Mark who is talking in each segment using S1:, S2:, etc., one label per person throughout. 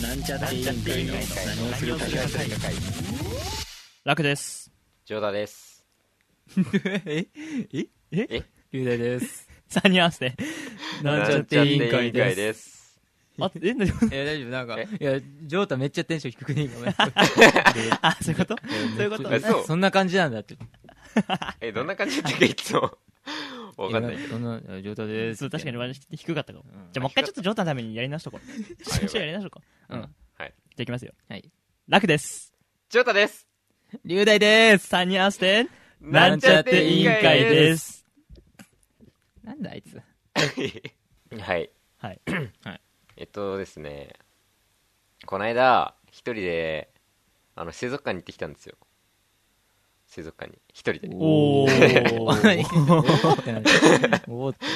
S1: なんちゃって委員会の何をするか会
S2: 楽です。
S3: ジョーダです。
S2: えええ
S3: え
S4: 龍大です。
S2: ?3 人合わせて。
S4: なんちゃって委員
S3: なんちゃって委
S4: 会
S3: 員会
S4: で
S3: です。
S2: あ、えなに
S4: いや、大丈夫、なんか、
S3: え
S4: いや、ジョータめっちゃテンション低くねえごめん
S2: あ、そういうことそういうこと
S3: えそう
S4: そんな感じなんだって。
S3: え、どんな感じだったっけいつ も。わかんないけど。
S4: ど。そんな、ジョータです。
S2: そう確かに割り低かったかも。
S4: うん
S2: じゃあもう一回ちょっとジョータのためにやり直しとこう。
S3: はい
S2: ちょっとやり直しとこう。
S4: うん
S2: じゃ
S3: は
S2: あ
S3: い
S2: いきますよ。
S4: はい。
S2: 楽です。
S3: ジョータです。
S4: 龍大です。
S2: 3人合わせて、。
S4: なんちゃって委員会ですなんだあいつ。
S3: はい。
S2: はい。
S3: えっとですね、この間、一人で、あの、水族館に行ってきたんですよ。水族館に。一人で。じゃ
S2: お
S4: お
S2: ー。
S4: ーってなるおーって。
S3: あ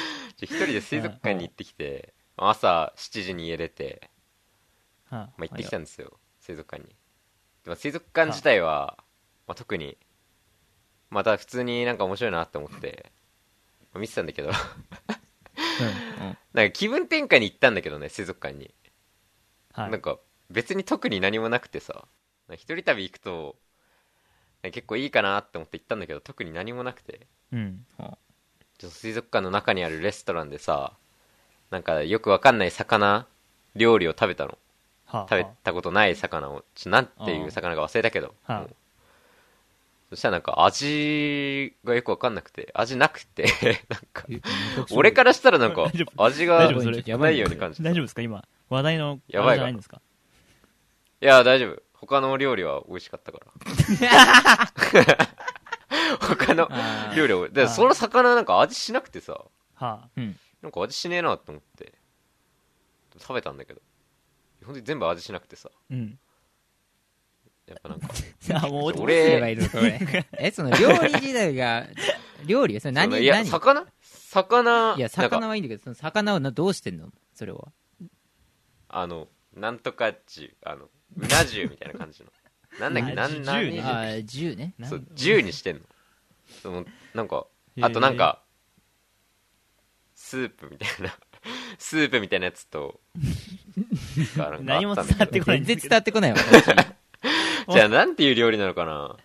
S3: 一人で水族館に行ってきて、朝7時に家出て、
S2: ま
S3: まあ、行ってきたんですよ、水族館に。でも水族館自体は、まあ、特に、また普通になんか面白いなって思って、まあ見てたんだけど、 なんか気分転換に行ったんだけどね、水族館に。
S2: はい
S3: なんか別に特に何もなくてさ、なんか一人旅行くと、なんか結構いいかなって思って行ったんだけど、特に何もなくて、
S2: うん。
S3: ちょっと水族館の中にあるレストランでさ、なんかよくわかんない魚、料理を食べたの。
S2: はあ
S3: 食べたことない魚を、ちょなんていう魚か忘れたけど、
S2: はあ
S3: もうそしたらなんか味がよくわかんなくて、味なくて、 なんか、俺からしたらなんか
S2: 大丈、
S3: 味が
S2: 大丈夫それ
S3: ないように感じた。
S2: 大
S3: い
S2: 丈夫ですか今。話題の、
S3: やばいが
S2: じゃないんですか
S3: や、大丈夫。他のお料理は美味しかった から。他の
S4: あー
S3: 料理は、で
S2: あー
S3: その魚なんか味しなくてさ、
S2: は
S3: なんか味しねえなと思って、食べたんだけど、本当に全部味しなくてさ、
S2: あ。うん。
S3: やっぱなんか、
S2: あ、もう
S3: 俺
S4: どうすればいいのこれ。え、その料理自体が、料理よそれ何、
S3: その
S4: 何
S3: いや、魚魚、
S4: いや、
S3: なんか
S4: 魚はいいんだけど、その魚をなどうしてんのそれは。
S3: あの、なんとかっちゅう、あの、うな重みたいな感 じの。なんだっけ、
S2: うな
S3: な
S2: 重
S3: ん、なん
S2: ね
S3: に、
S4: あー、銃ね。
S2: な
S3: そう、銃にしてんの。その、なんか、あとなんか、スープみたいな、 スープみたいなやつと、なんかあ
S2: 何も
S3: った
S2: 伝
S3: んだけど
S2: わってこない
S4: 全
S2: んで
S4: 然
S2: すけ
S4: 伝
S2: ど。
S4: わってこないわ。
S3: じゃあ、なんていう料理なのかな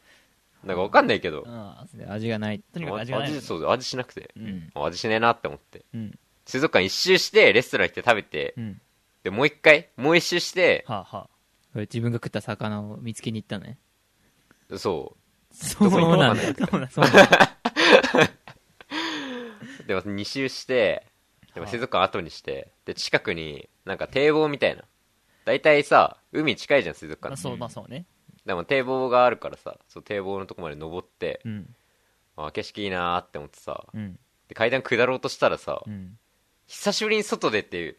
S3: なんかわかんないけど、
S2: うん
S4: 味がない。
S2: とにかく味
S3: 味
S2: がない。
S3: そう、味しなくて
S2: う。
S4: うんん。
S3: 味しねえなって思って。
S2: うん。
S3: 水族館一周して、レストラン行って食べて、
S2: うん。
S3: で、もう一回、もう一周して、
S2: はあはあ。
S4: これ自分が食った魚を見つけに行ったのね。
S3: そ
S2: そう
S3: どこに行った
S2: な
S3: か
S2: ん
S3: ね
S2: だ。そうなんだ。そうなんだ。
S3: う。で、また二周して、でも
S2: はい
S3: 水族館後にして、で、近くに、なんか堤防みたいな。大体さ、海近いじゃん、水族
S2: まあ
S3: 館。
S2: そう、まあそうね。
S3: でも堤防があるからさ、そう堤防のとこまで登って
S2: う、ん。
S3: あ景色いいなーって思ってさ、
S2: うん。
S3: で、階段下ろうとしたらさ
S2: う、ん。
S3: 久しぶりに外出て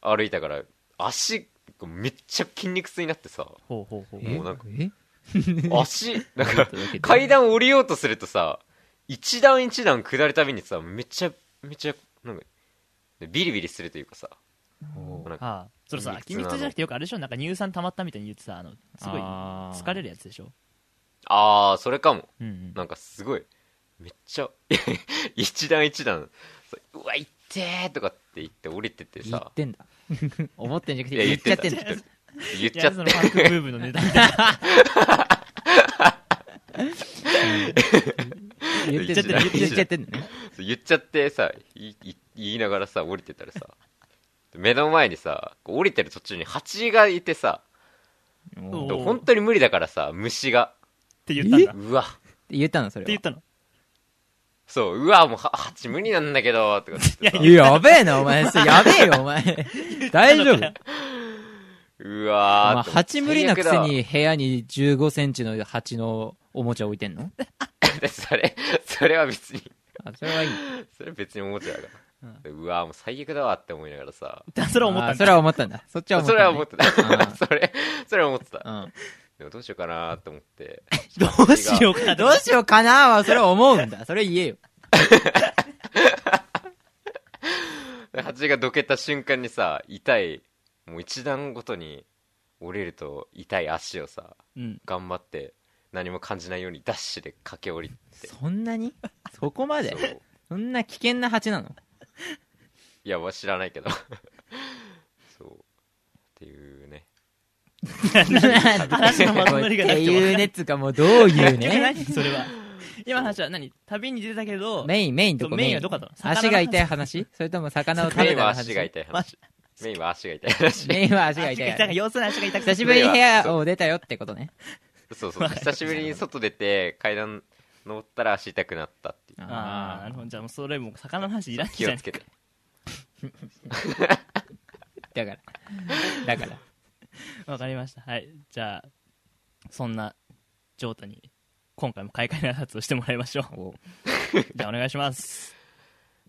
S3: 歩いたから、足、めっちゃ筋肉痛になってさ、
S2: ほうほうほう。
S3: もうなんか、
S4: え
S3: 足、なんか、
S4: え
S3: 階段降りようとするとさ一段一段下るたびにさめちゃめちゃなんかビリビリするというかさ
S4: おー
S3: なんか
S2: はあ。それさ、筋
S3: 筋肉
S2: 肉
S3: 痛なの
S2: 痛じゃなくてよくあれでしょなんか乳酸溜まったみたいに言ってさ、あの、すごい、
S4: あー
S2: 疲れるやつでしょ
S3: ああそれかも
S2: うんうん。
S3: なんかすごいめっちゃ 一段一段さうわいってーとかって言って降りてって
S4: 言っ
S3: さ
S4: てんだ。 思ってんじゃなく
S3: い
S4: て、
S3: や言
S4: 言
S3: っ
S4: っちゃ
S3: て
S4: ったてんだ。
S3: 言っ
S2: い
S3: ちゃ
S2: や、
S3: っ
S2: その
S3: て
S2: パンクブームのネタみたいな。
S4: 言っちゃってんだ。言っちゃってんだね。
S3: そう言っちゃってさいい言いながらさ降りてたらさ目の前にさこう降りてる途中に蜂がいてさ
S2: おー
S3: 本当に無理だからさ虫が
S2: って言ったんだ。って
S3: うわ
S4: 言ったの、それ
S2: 言っ
S4: は。
S2: たの。
S3: そう、うわ、もう、は、蜂無理なんだけど、とかって言ってさ
S4: いややべえな、お前。それやべえよ、お 前。大丈夫。
S3: う
S4: ま
S3: わー
S4: あ、
S3: って
S4: 蜂無理なくせ。に部屋に15センチの蜂のおもちゃ置いてんの
S3: 最悪だそれ、それは別に、
S4: あ、 それはいい。
S3: それは別におもちゃだから。でうわーもう最悪だわって思いながらさ。
S2: だそれは思った
S4: あ
S2: ん
S4: そ
S2: だ。
S4: れは思ったんだ。そっちは思っ
S3: そ
S4: たん
S3: れ
S4: だ
S3: は
S4: ね。
S3: 思って た。
S4: うん
S3: それ、それは思ってた。
S4: うん。
S3: でもどうしようかなーって思って。
S2: どうしようかな。
S4: どうしようかなは、それは思うんだ。それ言えよ。
S3: で蜂がどけた瞬間にさ、痛い、もう一段ごとに降りると痛い足をさ、
S2: うん。
S3: 頑張って何も感じないようにダッシュで駆け降りて。
S4: そんなにそこまで
S3: そう
S4: そんな危険な蜂なの
S3: いや、わ知らないけど。そう。っていうね。
S2: 話のまとまりがな
S4: っ
S2: くてわかんない
S4: ていうねっつうか、もうどう いう
S2: 結局
S4: ね。
S2: 何それは。今の話は何旅に出たけど、
S4: メイン、メインどこ
S2: メインはどこだったの
S4: 足が痛 い話それとも魚を食べ
S3: メイ
S4: た
S3: ンは
S4: 話
S3: 足が痛い
S2: ま
S3: 話。メインは足が痛い 話。
S4: メインは足
S2: 足が
S4: が
S2: 痛
S4: 痛
S2: い。
S4: い
S2: なんか
S4: 話。
S2: 様子の足が痛くて
S4: 久しぶりに部屋を出たよってことね。
S3: そうそう。久しぶりに外出て、階段登ったら足痛くなったっていう。
S2: ああ、なるほど。じゃあもうそれもう魚の話いらん
S3: 気
S2: じゃ
S3: を
S2: ん
S3: つ。けて。
S4: だから。だから。
S2: わかりました。はい。じゃあ、そんな、ジョータに、今回も開会の挨拶をしてもらいましょ
S4: お
S2: う。 じゃあ、お願いします。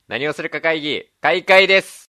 S3: 何をするか会議、開会です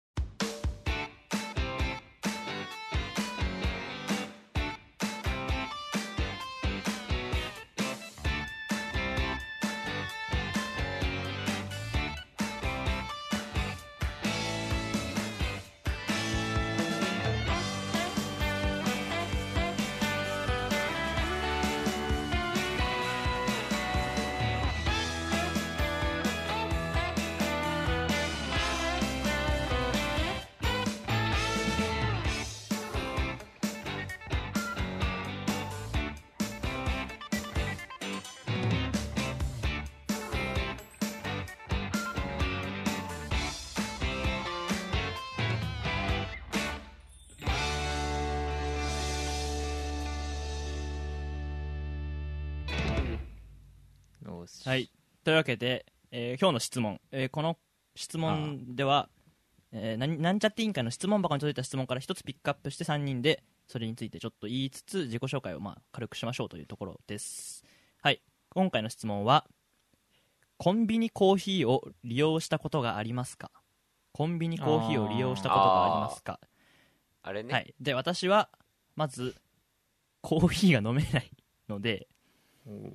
S4: よし
S2: はい。というわけで、えー今日の質問。えーこの質問では、えーなんなんちゃって委員会の質問箱に届いた質問から一つピックアップして3人で、それについてちょっと言いつつ、自己紹介をまあ軽くしましょうというところです。はい。今回の質問は、コンビニコーヒーを利用したことがありますかコンビニコーヒーを利用したことがありますか
S3: あれね。
S2: はい、で私はまずコーヒーが飲めないので、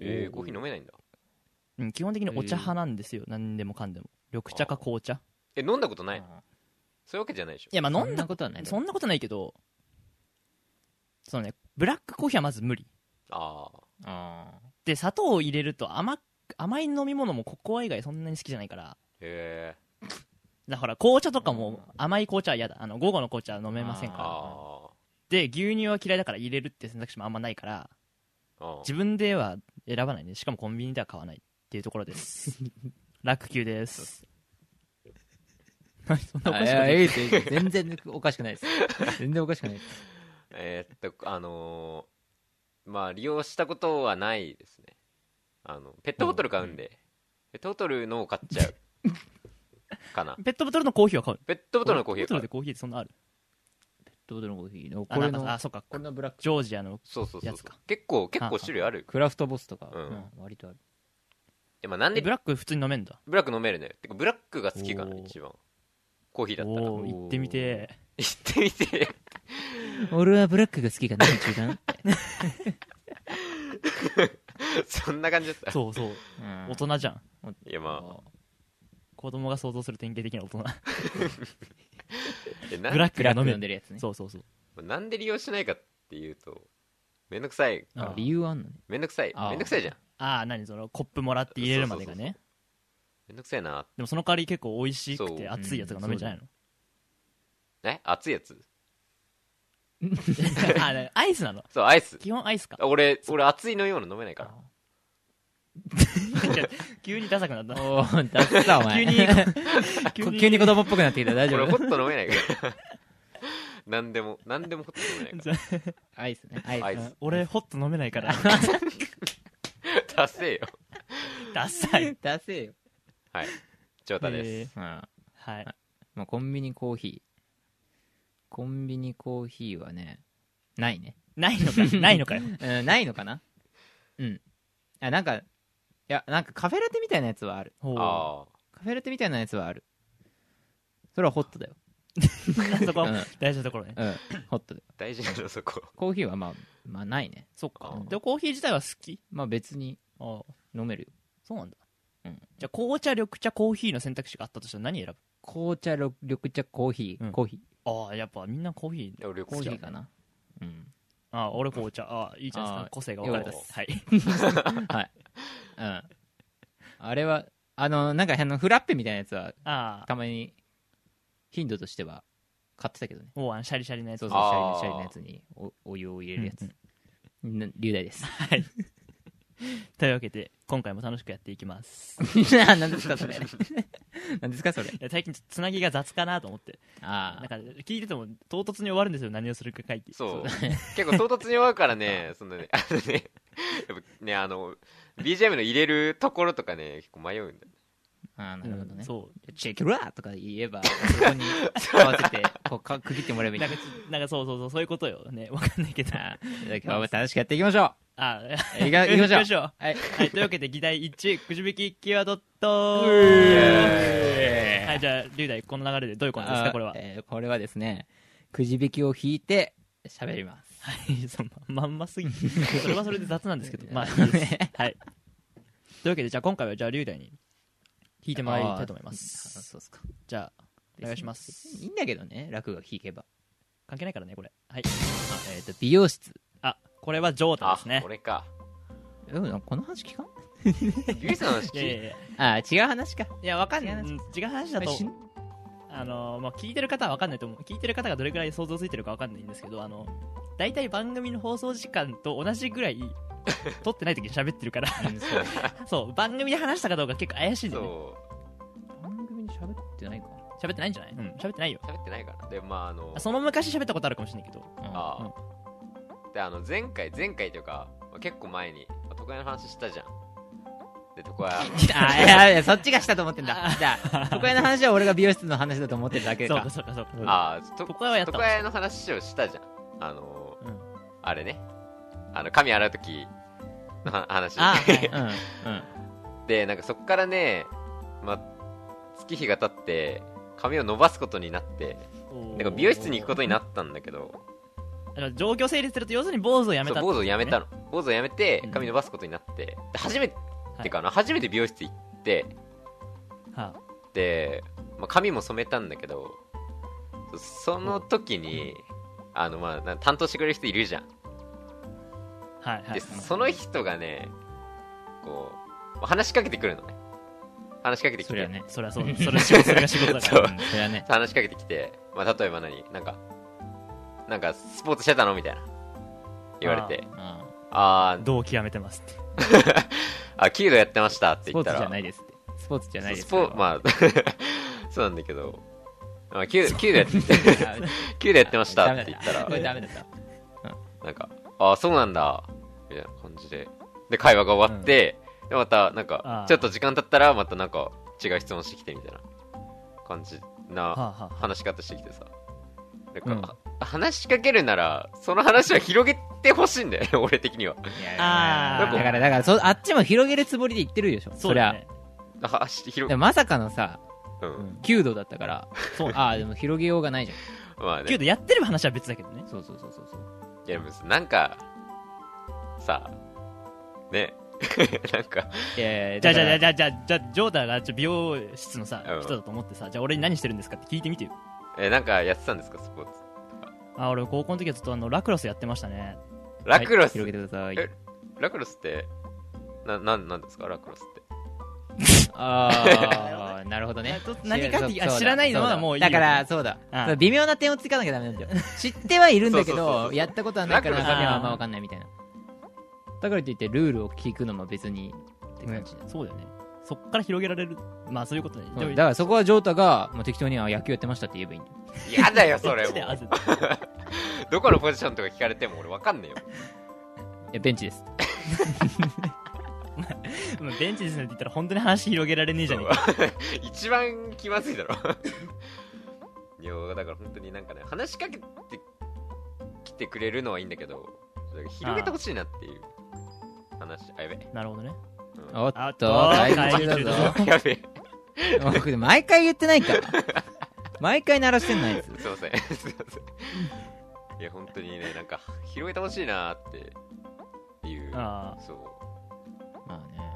S3: えー、コーヒー飲めないんだ。
S2: うん、基本的にお茶派なんですよ、何でもかんでも緑茶か紅茶
S3: え、飲んだことない
S4: あ
S3: そういうわけじゃないでしょ
S2: い。やまあ
S4: ー
S2: 飲
S4: そ
S2: ん
S4: ん
S2: だ
S4: なことはない。
S2: そんなことないけどそのねブラックコーヒーはまず無理
S3: ああ。
S4: あ
S2: で砂糖を入れると甘く甘い飲み物もココア以外そんなに好きじゃないから
S3: へえ。
S2: だから紅茶とかも甘い紅茶は嫌だあの午後の紅茶は飲めませんから
S3: あ
S2: で牛乳は嫌いだから入れるって選択肢もあんまないから
S3: ーあー。
S2: 自分では選ばないねしかもコンビニでは買わないっていうところです 楽球です何そんなお
S4: あ。
S2: か
S4: い
S2: しくな
S4: や、
S2: い
S4: いいですいいです全然おかしくないです。全然おかしくないです。
S3: えーっとあのーまあ利用したことはないですねあのペットボトル買うんで、ペットボトルのを買っちゃうかな
S2: ペットボトルのコーヒーは買う
S3: ペットボトルのコーヒー
S2: ペ
S3: を
S2: ットボトル
S3: 買う
S2: でコーヒーってそんなある
S4: どうぞのコーヒーの
S2: あ
S4: これ
S2: なんか
S4: の
S2: あ、そっか
S4: これのブラック。
S2: ジョージアの
S3: そうそうそう
S2: やつか
S3: 結構結構種類ある
S4: クラフトボスとか、
S3: うん
S4: うん割とある。
S3: でもなん
S2: え
S3: で
S2: ブラック普通に飲めんだ
S3: ブラック飲めるねてかブラックが好きかな
S2: おー
S3: 一番コーヒーだったら
S2: お
S3: 行
S2: お行ってみて
S3: ってみて
S4: 俺はブラックが好きかな、中段。
S3: そんな感じだった
S2: そうそう大人じゃん
S3: いやまあ
S2: 子供が想像する典型的な大人
S3: えな
S2: ブラック
S4: ブ
S2: が
S4: ラック
S2: 飲め
S4: 飲
S2: る
S4: んでるやつね。
S2: そうそうそう
S3: なんで利用しないかっていうとめんどくさい
S2: あ
S4: 理由はあんのね。
S3: めんどくさい
S4: あー
S3: めんどくさいじゃん
S2: ああ何そのコップもらって入れるまでがね
S3: めんどくさいな
S2: でもその代わり結構美味しく
S3: そう
S2: て熱いやつが飲めるんじゃないの
S3: え熱いやつ
S2: あねアイスなの
S3: そうアイス
S2: 基本アイ スか
S3: あ俺俺熱いのような飲めないから
S2: 急にダサくなった
S4: おー、だったお前。
S2: 急に
S4: こ急に子供っぽくなってきた。大丈
S3: 俺
S4: 夫
S3: ホット飲めないから 何でも何でもホット飲めないか
S4: アイスね。アイス。
S3: アイス
S2: 俺ホット飲めないから
S3: ら達成よ
S2: ダサい
S4: 出せよ。
S3: はいジョータです、
S2: えー
S4: うん。ま
S2: はい
S4: あ、コンビニコーヒー。コンビニコーヒーはね、ないね。
S2: ないのかないのかよ
S4: うん、ないのかなうん。あ、なんか、いや、なんかカフェラテみたいなやつはある。
S2: ほう
S3: あ
S4: カフェラテみたいなやつはある。それはホットだよ。
S2: そこ
S4: うん
S2: 大事なところね
S4: うん、ホットだよ。
S3: あ大事なのそこ
S4: コーヒーはまあ、まあないね。
S2: そっか
S3: うん
S2: でコーヒー自体は好き
S4: まあ別に
S2: ああ
S4: 飲めるよ。
S2: そうなんだ
S4: うん
S2: じゃあ紅茶緑茶コーヒーの選択肢があったとしたら何選ぶ
S4: 紅茶、緑緑茶、コーヒー、
S2: うん
S4: コーヒー。
S2: ああやっぱみんなコーヒー
S3: 俺
S4: コー
S3: 緑
S4: ヒ
S3: 茶
S4: ーかな。うん。
S2: ああ俺紅茶ああいいじゃないです
S4: あ
S2: か
S4: あ
S2: 個性が分かれた
S3: よかっ
S2: はい
S4: はい。うん。あれは、 あの、なんかあの、フラッペみたいなやつは、
S2: ああ
S4: たまに、頻度としては、買ってたけどね
S2: おうあのシャリシャリのやつ
S4: そう
S2: は
S4: そうシャリ
S3: あー
S4: シャリのやつにおお湯を入れるやつ、な流大です
S2: いというわけで今回も楽しくやっていきます
S4: な何ですかそれ何ですかそれ
S2: いや最近ちょっとつなぎが雑かなと思って
S4: あ
S2: なん
S4: あ
S2: か聞いてても唐突に終わるんですよ何をするか書いて
S3: そう結構唐突に終わるから ねそのねあのねやっぱねあの BGM の入れるところとかね結構迷うんだよ
S4: あーなるほどね、
S2: そ
S4: チェケラーとか言えばそこに 合わせてこうか区切ってもらえ
S2: う
S4: ばいい
S2: なんかちなんかそうそうそうそういうことよねわかんないけ ど
S4: あーじゃあ今日も楽しくやっていきまし ょ
S2: あ
S4: ういかいきましょう
S2: 行きま
S4: はい
S2: はい、というわけで議題1くじ引きキーワードとはいじゃあ龍大この流れでどういうことです
S4: あー
S2: かこれは
S4: えーこれはですねくじ引きを引いて喋ります
S2: はいそのまんますぎて それはそれで雑なんですけどまあいいですはいというわけでじゃあ今回はじゃあ龍大に引いてもらいたいと思いま
S4: あー
S2: す
S4: そうっすか
S2: じゃあお願いします
S4: いいんだけどね楽が引けば
S2: 関係ないからねこれはい
S4: えっ、と美容室
S2: あこれはジョータ
S3: あ
S2: ですね
S3: 俺 か
S4: うんこの話聞かん
S3: ゆいさんの話
S2: いやいやいや
S4: あー違う話か
S2: いやわかんない
S4: 違う
S2: うん違う話だと
S4: しん
S2: あのまあ、聞いてる方は分かんないと思う聞いてる方がどれくらい想像ついてるか分かんないんですけどあの大体番組の放送時間と同じぐらい撮ってない時に喋ってるから
S4: うんそう
S2: そう番組で話したかどうか結構怪しいんだよね
S3: そ
S4: 番組に喋ってないか
S2: 喋ってないんじゃないうん喋ってないよ
S3: う喋ってないからでまああの
S2: その昔喋ったことあるかもしれないけど
S4: あ
S3: ああであの前回前回というか、まあ、結構前にまあ床屋の話したじゃんで床屋
S4: あいやいやそっちがしたと思ってん だ
S2: あ
S4: じゃあ都会の話は俺が美容室の話だと思ってるだけ
S2: そうか
S4: か
S2: そうかそうか
S3: ああと
S2: 床屋はやった
S3: 床屋の話をしたじゃんあのー
S2: うん
S3: あれねあの髪洗う時のは話
S2: あーは
S4: う
S2: い
S4: んうん
S3: でなんかそっからね、まあ、月日が経って髪を伸ばすことになって
S2: おー
S3: なんか美容室に行くことになったんだけど
S2: あの状況整理すると要するに坊主をやめ
S3: そ
S2: た
S3: う坊主をやめたの坊主をやめて
S2: うん
S3: 髪伸ばすことになってで初めてかな、初めて美容室行って
S2: は
S3: で、まあ、髪も染めたんだけどそその時にあのまあな担当してくれる人いるじゃん
S2: あはいは
S3: で
S2: い
S3: その人がねこう話しかけてくるのね話しかけてき
S4: そり
S3: て
S4: ゃね
S2: それはそうそれは仕事それが仕事だか
S3: そう
S2: ら
S4: うん そりゃね
S3: 話しかけてきて、まあ、例えば何なんかなんかスポーツしてたのみたいな言われて
S4: あ
S3: あー
S2: どう極めてますって
S3: あ弓道やってましたっ
S4: ー
S3: て
S4: ス
S3: 言
S4: ポ
S3: った
S4: ーツじゃ
S3: ら
S4: ないですってスポーツじゃないです
S3: スポ
S4: それは
S3: まあ そうなんだけどあ弓道弓道やって 弓道やってましたって言った ら
S4: これダメだった
S3: なんかああそうなんだみたいな感じでで会話が終わって、でまたなん
S2: あ
S3: か
S2: ー
S3: ちょっと時間経ったらまたなんか違う質問してきてみたいな感じな
S2: はあはあ
S3: 話し方してきてさなん
S4: うん
S3: か、あ話しかけるならその話は広げてほしいんだよね 俺的にはい
S4: や
S2: あ
S3: ー
S4: だからだからそあっちも広げるつもりで言ってるでしょ
S2: そう
S4: り
S2: だ
S4: ゃ
S2: ね
S3: あし広
S4: で
S3: げ、
S4: もまさかのさ
S3: うん、
S4: 弓道だったからあーでも広げようがないじゃん
S3: まあ
S2: け
S3: ね
S2: どやってる話は別だけどね
S4: そうそうそうそうそう
S3: いやでもなんかさね なんか
S4: いやいや
S2: じゃあ
S4: だ
S2: じ
S4: か
S2: ゃあ
S4: ら
S2: じゃあじゃあじゃあジョーダがちょ美容室のさ、
S3: うん
S2: 人だと思ってさじゃあ俺に何してるんですかって聞いてみてよ
S3: えなんかやってたんですかスポーツ
S2: あ俺高校の時はずっとあのラクロスやってましたね
S3: ラクロス、
S4: はい広げてください
S3: えラクロスってななんなんですかラクロスって
S4: ああなるほどね
S2: ちょっと何かってあ
S4: そう
S2: 知らないのは
S4: そうだ
S2: もういいよ
S4: だからそうだ
S2: うん
S4: そう微妙な点をつかなきゃダメなんだよ知ってはいる んだ
S3: そ
S4: け
S3: うそうそうそ
S4: ど
S3: う
S4: やったことはないから
S3: ラ
S2: クロス
S4: 中身はあんま分かんないみたいなだからといってルールを聞くのも別にって感じだ
S2: そうだよねそっから広げられるまあそういうことね
S4: そうだからそこはジョータがもう適当には野球やってましたって言えばいいんだよ
S3: やだよそ
S2: そ
S3: れ
S2: れ
S3: も
S2: で合わせ
S3: う
S2: て
S3: どこのポジションとか聞かれても俺わかんねえよ
S4: いやベンチです
S2: まあベンチですねって言ったら本当に話広げられねえじゃねえか
S3: 一番気まずいだろ いやだから本当になんかね話しかけてきてくれるのはいいんだけどなんか広げてほしいなっていう話あやべ、
S2: なるほどね
S3: うん
S4: おっ
S2: あっ
S4: と
S2: と
S4: 大
S2: 会議
S4: 変だ
S2: 中だ
S4: ぞ
S3: やべ
S4: も うこれ毎回言ってないから毎回鳴らしてんのあいつ
S3: すいませんすいませんいや本当にねなんか広げてほしいなっていう
S2: あ
S3: そう
S4: まあね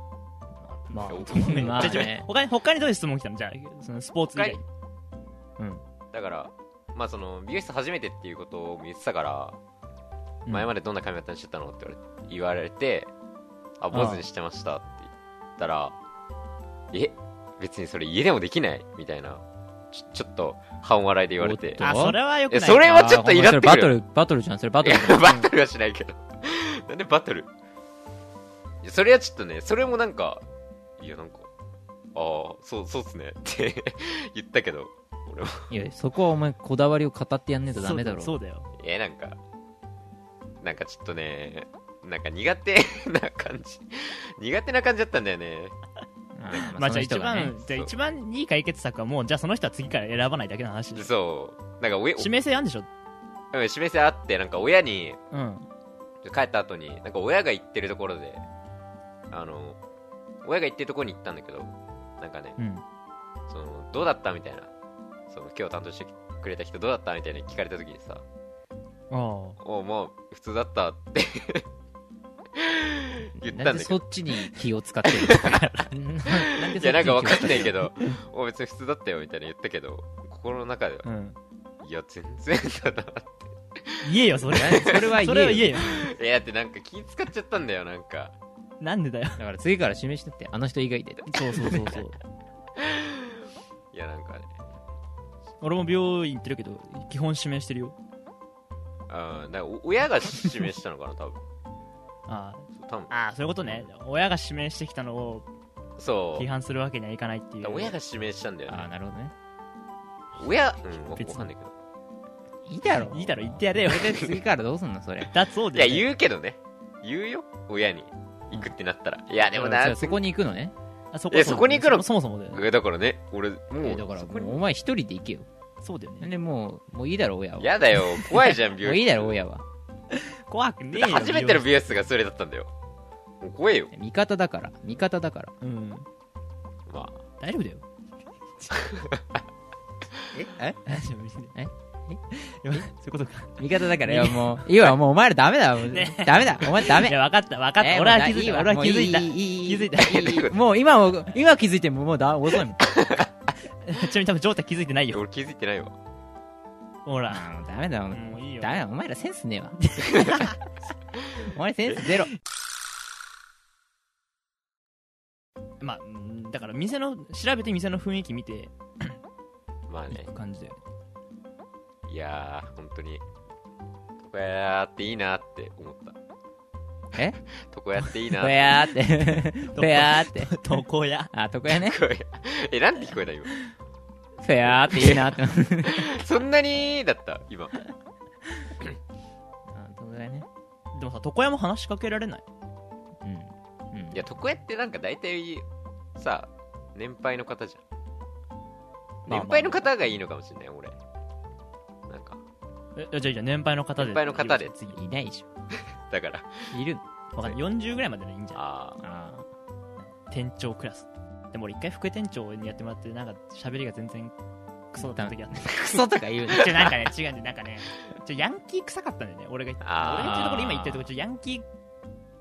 S2: まあ
S3: そう
S2: ごめん
S4: まあね
S2: じゃあじゃあ他に他にどういう質問来たのじゃあそのスポーツ以外
S4: うん
S3: だからまあその美容室初めてっていうことを言ってたから、前ま
S4: で
S3: でどんな髪型にしてたのって言われてあ坊主にしてましたって言ったらえ別にそれ家でもできないみたいなちちょっと半笑いで言われ
S4: おってと
S2: あそれはよく
S3: え
S2: ない
S3: それはちょっとイラって
S4: バ
S3: く
S4: ト
S3: る
S4: ル、バトルじゃん、それバ
S3: い
S4: トル
S3: や
S4: じゃん。
S3: バトルはしないけど なんでバトルいやそれはちょっとねそれもなんかいやなんかああそうそうっすねって 言ったけど俺も
S4: いや、そこはお前、こだわりを語ってやんねえとダメだろ。
S2: そうだよそう
S3: えなんかなんかちょっとねなんか苦手 な感じ苦手な感じだったんだよね
S2: だよ
S4: あ
S2: まあじゃあ一番、
S4: あ
S2: じゃあ一番いい解決策はもうじゃあその人は次から選ばないだけの話です
S3: そうなんかおや
S2: 指名制あんでしょ
S3: うん示せあってなんか親に
S2: うん
S3: 帰った後になんか親が行ってるところであの親が行ってるところに行ったんだけどなんかね
S2: うん
S3: そのどうだったみたいなその今日担当してくれた人どうだったみたいに聞かれた時にさ
S2: あ
S3: おうまあ普通だったって 言ったんだ
S4: なんで
S3: け
S4: そ
S3: ど
S4: っちに気を使ってるの なんでそっちに気を使ってるの
S3: いやなんかわかんないけどおう別に普通だったよみたいな言ったけど心の中では
S2: あうん
S3: いや全然だな
S2: 言え よそれ
S4: 何それは言えよ
S2: それは言えよ
S3: いやだってなんか気使っちゃったんだよなんか
S2: なんでだよ
S4: だから次から示してって、あの人以外で。
S2: そうそうそうそう
S3: いやなんかね
S2: 俺も病院行ってるけど基本指名してるよ
S3: あーなんかお親が指名したのかな多分
S2: あ
S3: そう多分
S2: あああそういうことね親が指名してきたのを
S3: そう
S2: 批判するわけにはいかないってい
S3: だ
S2: う
S3: から親が指名したんだよ
S4: ああ、
S3: ね
S4: なるほどね。
S3: 親うんわ
S2: 別に
S3: かんないけど
S4: いいだろ。
S2: いいだろ言ってやれよ
S4: それで次からどうすんの、それ。
S2: だそう
S3: い
S2: で
S3: や言うけどね言うよ親に行くってなったらいやでも
S4: そ
S3: な
S4: れそこに行くのね。
S2: あそ
S3: いやそこに行くの
S2: そもそもだよね
S3: えだからね俺もう
S4: えだから、
S3: そ
S4: も
S3: こに
S4: うお前一人で行けよ。
S2: そうだよね
S4: で、もう、もういいだろ、親は。
S3: やだよ怖いじゃん美
S4: も
S3: 容
S4: う
S3: 室
S4: いいだろ、親は。
S2: 怖くねえよ
S3: 初めての美容室がそれだったんだよもう怖えよ
S4: 味方だから。味方だから。
S2: うん
S3: ま
S2: 大丈夫だよ
S4: え
S2: 大丈夫
S4: ええ
S2: いやそういうことか
S4: 味方だから、いやもう、いいわ、もうお前らダメだ。
S2: ね
S4: ダメだ。お前ダ
S2: い
S4: メ。
S2: や分かった分かった
S4: えー
S2: 俺は気
S4: も
S2: づ
S4: う
S2: い
S4: わ
S2: た俺は気づいた
S4: もういい
S2: 気づい た
S4: いいいいいいもう今も、今気づいても、もうだ、遅いもん。
S2: ちなみに多分ジョータ気づいてない
S3: あ
S2: よ
S3: 俺気づいてないわ
S2: ほら
S4: あー ダメだ、もう
S2: もういいよ
S4: ダメだ、お前らセンス ねえわ。お前センスゼロ。
S2: まあうんだから店の調べて店の雰囲気見 て
S3: まあね
S2: 行く感じだよね
S3: いやー本当に床屋っていいなって思った
S4: え
S3: 床屋っていいな
S4: とやー って。とやーって。
S2: 床屋
S4: あ、床屋ね。
S3: 床屋えなんて聞こえた今
S4: とやーっていいな って。
S3: そんなにだった今
S4: あ床屋ね。
S2: でもさ床屋も話しかけられない
S4: うん。うん
S3: いや、床屋ってなんか大体、さ、年配の方じゃん。
S2: まあまあ
S3: 年配の方がいいのかもしれない、俺。なんか、
S2: えじゃあじゃあ年配の方で
S3: 年配の方で
S2: 次
S4: いないでしょ。
S3: だから、
S4: いるの
S2: わかんない40ぐらいまででいいんじゃな
S3: あ
S2: い
S4: あ
S2: 店長クラスでも俺一回副店長にやってもらってなんか喋りが全然クソだった時あって
S4: ークソとか 言うの。
S2: ちょなんかね違うんでなんかねちょヤンキー臭かったんだよね俺が言って
S3: あー
S2: 俺が言ってるところ今言ってるところちょヤンキ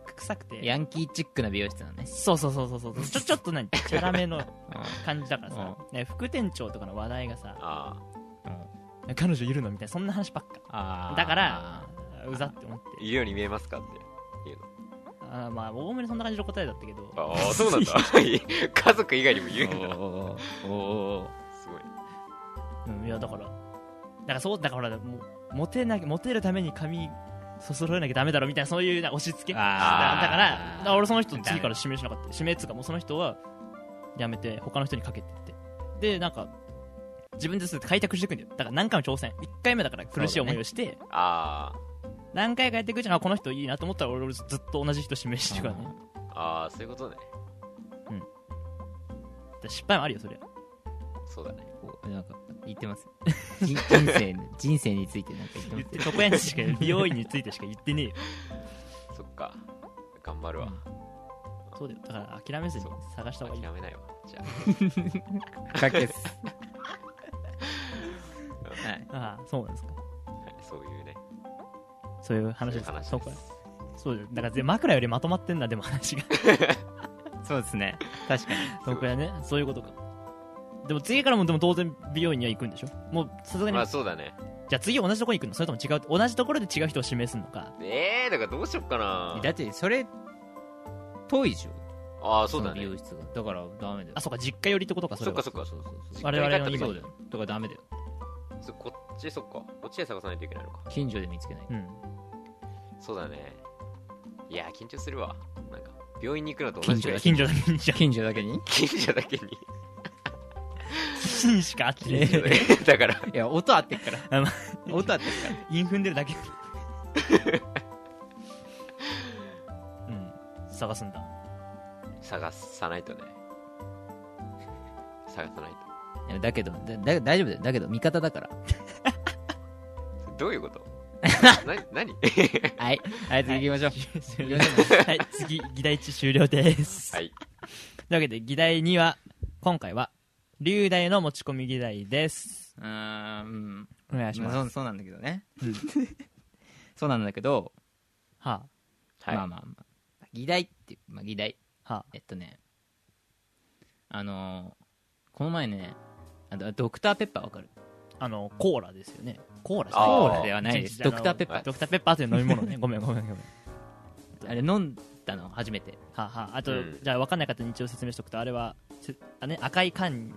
S2: ー臭くて
S4: ヤンキーチックな美容室なのね。
S2: そうそうそうそうそうちょちょっと何チャラめの感じだからさ
S4: う、
S2: ね、副店長とかの話題がさ
S3: あ
S2: 彼女いるのみたいなそんな話ばっか
S4: あー
S2: だからうざって思っ
S3: ー
S2: て
S3: いるように見えますかって。いうの
S2: あーまあおおむねそんな感じの答えだったけど
S3: ああ、そ うなんだ。家族以外にも言うんだ。
S4: おーおー
S3: すごい。
S2: うん、いやだからだからそうだからほらもうモテなモテるために髪そそろえなきゃダメだろみたいなそういうなんか押し付けだだ
S4: あー
S2: からだから俺その人次
S4: ダ
S2: か
S4: メ
S2: ら指名しなかった指名っつうかもうその人はやめて他の人にかけてってでなんか自分ですって開拓していくんだよだから何回も挑戦1回目だから苦しい思いをして、
S3: あ
S2: 何回かやっていくうちにあこの人いいなと思ったら俺ずっと同じ人指名していくからね
S3: あ、ああ、そういうことね。
S2: で失敗もあるよそりゃ
S3: そうだね。
S4: おなんか言って ます。人人生人生についてなんか言ってま
S2: 言っ
S4: す。
S2: て床屋にしか美容院についてしか言ってねえよ
S3: そっか。頑張るわ。
S2: そうだよだから諦めずに探した方がいい
S3: 諦めないわ。じゃ
S4: かっけです。はい。
S2: ああそうなんですか
S3: あ、はいそういうね。
S2: そういう
S3: そう
S2: 話
S3: いう
S2: ですか
S3: 話
S2: そう
S3: で
S2: か
S3: す。
S2: そうだよだからぜ枕よりまとまってんだでも話 が
S4: そうですね。確かに。
S2: そうこれはねそういうことかでも次からもでも当然美容院には行くんでしょもうさすがに、
S3: まあ、そうだね。
S2: じゃあ次同じとこに行くのそれとも違う同じところで違う人を指名するのか
S3: ええ、だからどうしよっかな
S4: だ。ってそれ遠いでしょ。
S3: ああそうだ
S4: の美
S3: ね
S4: 容室がだからダメだよ
S2: あそうか実家寄りってことかそ
S3: そ
S2: れ
S3: っ
S2: は
S3: かそっかそうそうそう
S2: 我々の
S3: 実家に帰った時
S2: 今
S4: そうだよだからダメだよ
S3: そこっちそっかこっちで探さないといけないのか
S4: 近所で見つけない
S2: うん
S3: そうだねいやー緊張するわなんか病院に行くのと同
S4: 近
S3: じ
S4: 所
S3: くら
S4: だ
S3: い
S2: 近
S4: けに
S2: 所だ近所
S4: 近所だけに
S3: 近所だけに
S2: 金しかあってね
S3: 近所だけにだから
S4: いや音合ってっから
S2: あの
S4: 音合ってっから
S2: インフンでる だけうん探すんだ
S3: 探さないとね探さない
S4: いやだけどだだ大丈夫だよだけど味方だから
S3: とどういうこと な何
S4: はいはい次行きましょう、行きましょう
S2: はい次議題1終了です、
S3: はい
S2: というわけで議題2は今回は龍大の持ち込み議題です
S4: うーん
S2: お願いし
S4: まあ
S2: ます、
S4: そうそうなんだけどねそうなんだけど
S2: は
S3: はい、
S4: まあまあまあ議題っていう、まあ、議題
S2: あは
S4: えっとねあのーこの前ねあのドクターペッパーわかる
S2: ああのコーラですよねコーラじゃない
S3: あ
S4: コ
S3: ー
S4: ーラではないです
S2: あの
S4: ドクターペッパー
S2: ドクターペッパーという飲み物 ねごめんごめんごめんは
S4: あれ飲んだの初めて
S2: あ、はあ、あと、
S3: うん
S2: じゃあ分かんない方に一応説明しておくとあれはせあ、ね、赤い缶